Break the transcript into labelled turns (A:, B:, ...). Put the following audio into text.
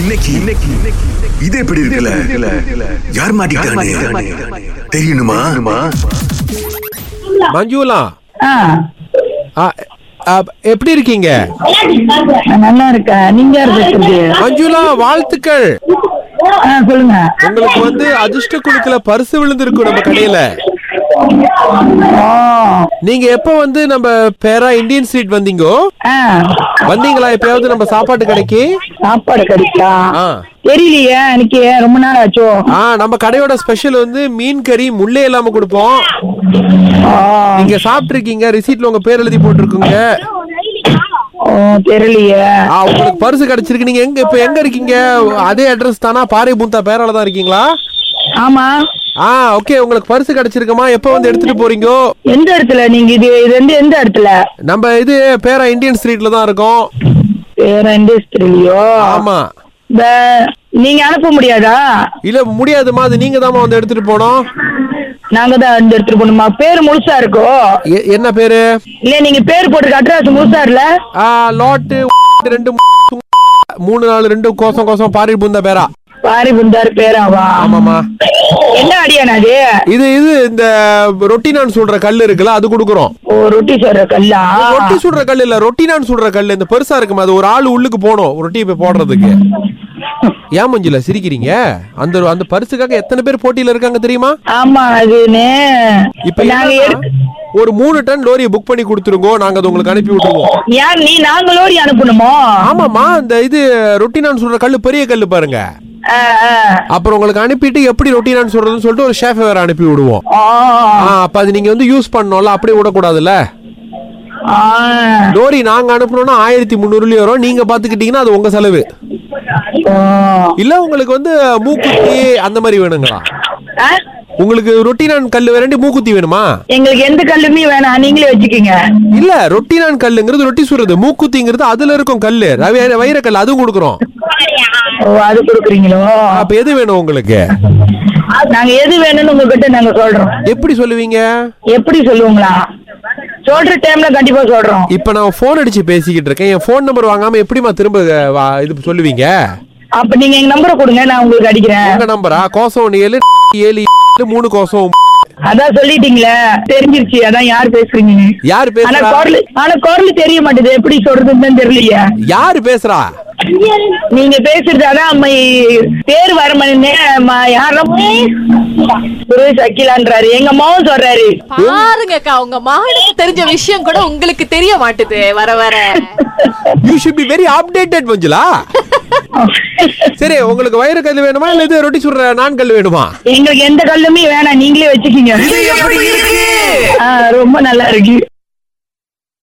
A: இன்னைக்கு இன்னைக்கு இது எப்படி இருக்குல்ல யார் மாட்டிக்கிட்டானே தெரியணுமா
B: மஞ்சுளா
C: ஆ,
B: ஆ, ஆ, எப்படி இருக்கீங்க
C: நல்லா இருக்கேன் நீங்க யார் பேசுறது
B: மஞ்சுளா வாழ்த்துக்கள்
C: ஆ, சொல்லுங்க
B: உங்களுக்கு வந்து அதிர்ஷ்ட குழுக்கள பரிசு விழுந்திருக்கும் நம்ம கடையில
C: ஓ
B: நீங்க எப்ப வந்து நம்ம பேரா இந்தியன் ஸ்ட்ரீட் வந்தீங்கோ
C: ஆ,
B: வந்தீங்களா எப்பயாவது நம்ம சாப்பாட்டு கடைக்கு
C: சாப்பாடு கிடைக்கா
B: ஆ.
C: தெரியலையே எனக்கு ரொம்ப நாள் ஆச்சோ
B: ஆ நம்ம கடையோட ஸ்பெஷல் வந்து மீன் கறி முள்ளே இல்லாம கொடுப்போம்
C: ஆ,
B: நீங்க சாப்பிட்டிருக்கீங்க ரிசீட்ல உங்க பேர் எழுதி போட்டிருக்குங்க
C: ஓ தெரியலையே
B: ஆ உங்களுக்கு பரிசு கிடைச்சிருக்கு நீங்க எங்க இப்ப எங்க இருக்கீங்க அதே அட்ரஸ் தானா பாறை பூந்தா பேரால தான் இருக்கீங்களா
C: ஆமா
B: ஆ ஓகே உங்களுக்கு பரிசு கிடைச்சிருக்குமா எப்ப வந்து எடுத்துட்டு போறீங்கோ
C: எந்த இடத்துல நீங்க இது இது வந்து எந்த இடத்துல
B: நம்ம இது பேரா இந்தியன் ஸ்ட்ரீட்ல தான் இருக்கோம்
C: வேற இண்டஸ்ட்ரியிலயோ
B: ஆமா
C: இந்த நீங்க அனுப்ப முடியாதா
B: இல்ல முடியாதுமா அது நீங்க தாமா வந்து எடுத்துட்டு போனோம்
C: நாங்க தான் இந்த இடத்துல போகணுமா பேர் முழுசா இருக்கோ
B: எ- என்ன பேரு
C: இல்ல நீங்க பேர் போட்டிருக்க அட்ரஸ் முழுசா இல்ல
B: ஆ லாட்டு ரெண்டு மூணு நாலு ரெண்டு கோசம் கோசம் பாரி பூந்த பேரா
C: பாரி புந்தார் பேராவா
B: ஆமாமா
C: என்ன அடியானா அது
B: இது இது இந்த ரொட்டினான் சுடுற கல் இருக்குல்ல அது குடுக்குறோம்
C: ஓ ரொட்டி சொல்ற கல்லா
B: ரொட்டி சுடுற கல் இல்ல ரொட்டினான் சுடுற கல் இந்த பெருசா இருக்குமா அது ஒரு ஆள் உள்ளுக்கு போனோம் ரொட்டி போய் போடுறதுக்கு ஏன் மஞ்சுல சிரிக்கிறீங்க அந்த அந்த பரிசுக்காக எத்தனை பேர் போட்டியில இருக்காங்க தெரியுமா
C: ஆமா அதுன்னு
B: இப்ப
C: இப்ப நாங்க
B: என்னன்னா,
C: எடுத்து
B: ஒரு மூணு டன் லோரியை புக் பண்ணி கொடுத்துருங்கோ நாங்க அது உங்களுக்கு அனுப்பி விட்டுருவோம்
C: ஏன் நீ நாங்க லோரி அனுப்பணுமோ
B: ஆமாமா இந்த இது ரொட்டினான்னு சொல்ற கல்லு பெரிய கல்லு பாருங்க
C: ஆ, ஆ.
B: அப்புறம் உங்களுக்கு அனுப்பிட்டு எப்படி ரொட்டினான்னு சொல்றதுன்னு சொல்லிட்டு ஒரு ஷேஃப் வேற அனுப்பி விடுவோம்
C: ஆ,
B: ஆ, அப்ப அது நீங்க வந்து யூஸ் பண்ணோம்ல அப்படியே விடக்கூடாதுல்ல
C: ஆ.
B: லோரி நாங்க அனுப்பணும்னா ஆயிரத்தி முந்நூறுலயும் வரும் நீங்க பாத்துக்கிட்டீங்கன்னா அது உங்க செலவு
C: ஓ.
B: இல்ல உங்களுக்கு வந்து மூக்குத்தி அந்த மாதிரி வேணுங்களா
C: ஆ?
B: உங்களுக்கு ரொட்டினான் கல்லு வேண்டி மூக்குத்தி வேணுமா
C: எங்களுக்கு எந்த கல்லுமே வேணாம் நீங்களே வச்சுக்கோங்க
B: இல்ல ரொட்டினான் கல்லுங்கிறது ரொட்டி சுடுறது மூக்குத்திங்கிறது அதுல இருக்கும் கல்லு ரவி- வைரக்கல் அதுவும் கொடுக்குறோம்
C: ஓ அது கொடுக்குறீங்களோ
B: அப்ப எது வேணும் உங்களுக்கு
C: நாங்க எது வேணும்னு உங்ககிட்ட நாங்க சொல்றோம்
B: எப்படி சொல்லுவீங்க
C: எப்படி சொல்லுவீங்களா சொல்ற டைம்ல கண்டிப்பா சொல்றோம்
B: இப்ப நான் போன் அடிச்சு பேசிக்கிட்டு இருக்கேன் என் போன் நம்பர் வாங்காம எப்படிமா திரும்ப அஹ், வா- இது சொல்லுவீங்க
C: அப்ப நீங்க எங்க நம்பரை கொடுங்க நான் உங்களுக்கு அடிக்கிறேன்
B: உங்க நம்பரா கோசம் ஒண்ணு ஏழு ஏழு ஏழு, மூணு கோசம்
C: அதான் சொல்லிட்டீங்களே தெரிஞ்சிருச்சு அதான் யார் பேசுறீங்க
B: யார்
C: ஆனா
B: பேசுறா
C: குரல் ஆனா குரல் தெரிய மாட்டேது எப்படி சொல்றதுன்னு தெரியலையே
B: யார் பேசுறா
C: நீங்க பேசுறது அதான் அம்மை பேர் வர மணி யாரும் சுரேஷ் அகிலான்றாரு எங்க மாவும் சொல்றாரு
D: பாருங்கக்கா உங்க மகனுக்கு தெரிஞ்ச விஷயம் கூட உங்களுக்கு தெரிய மாட்டுது வர வர
B: you should be very updated Manjula சரி உங்களுக்கு வைர கல் வேணுமா இல்ல இது ரொட்டி சுடுற நான் கல் வேணுமா
C: எங்களுக்கு எந்த கல்லுமே வேணாம் நீங்களே வச்சுக்கீங்க
A: எப்படி இருக்கு
C: ஆ, ரொம்ப நல்லா இருக்கு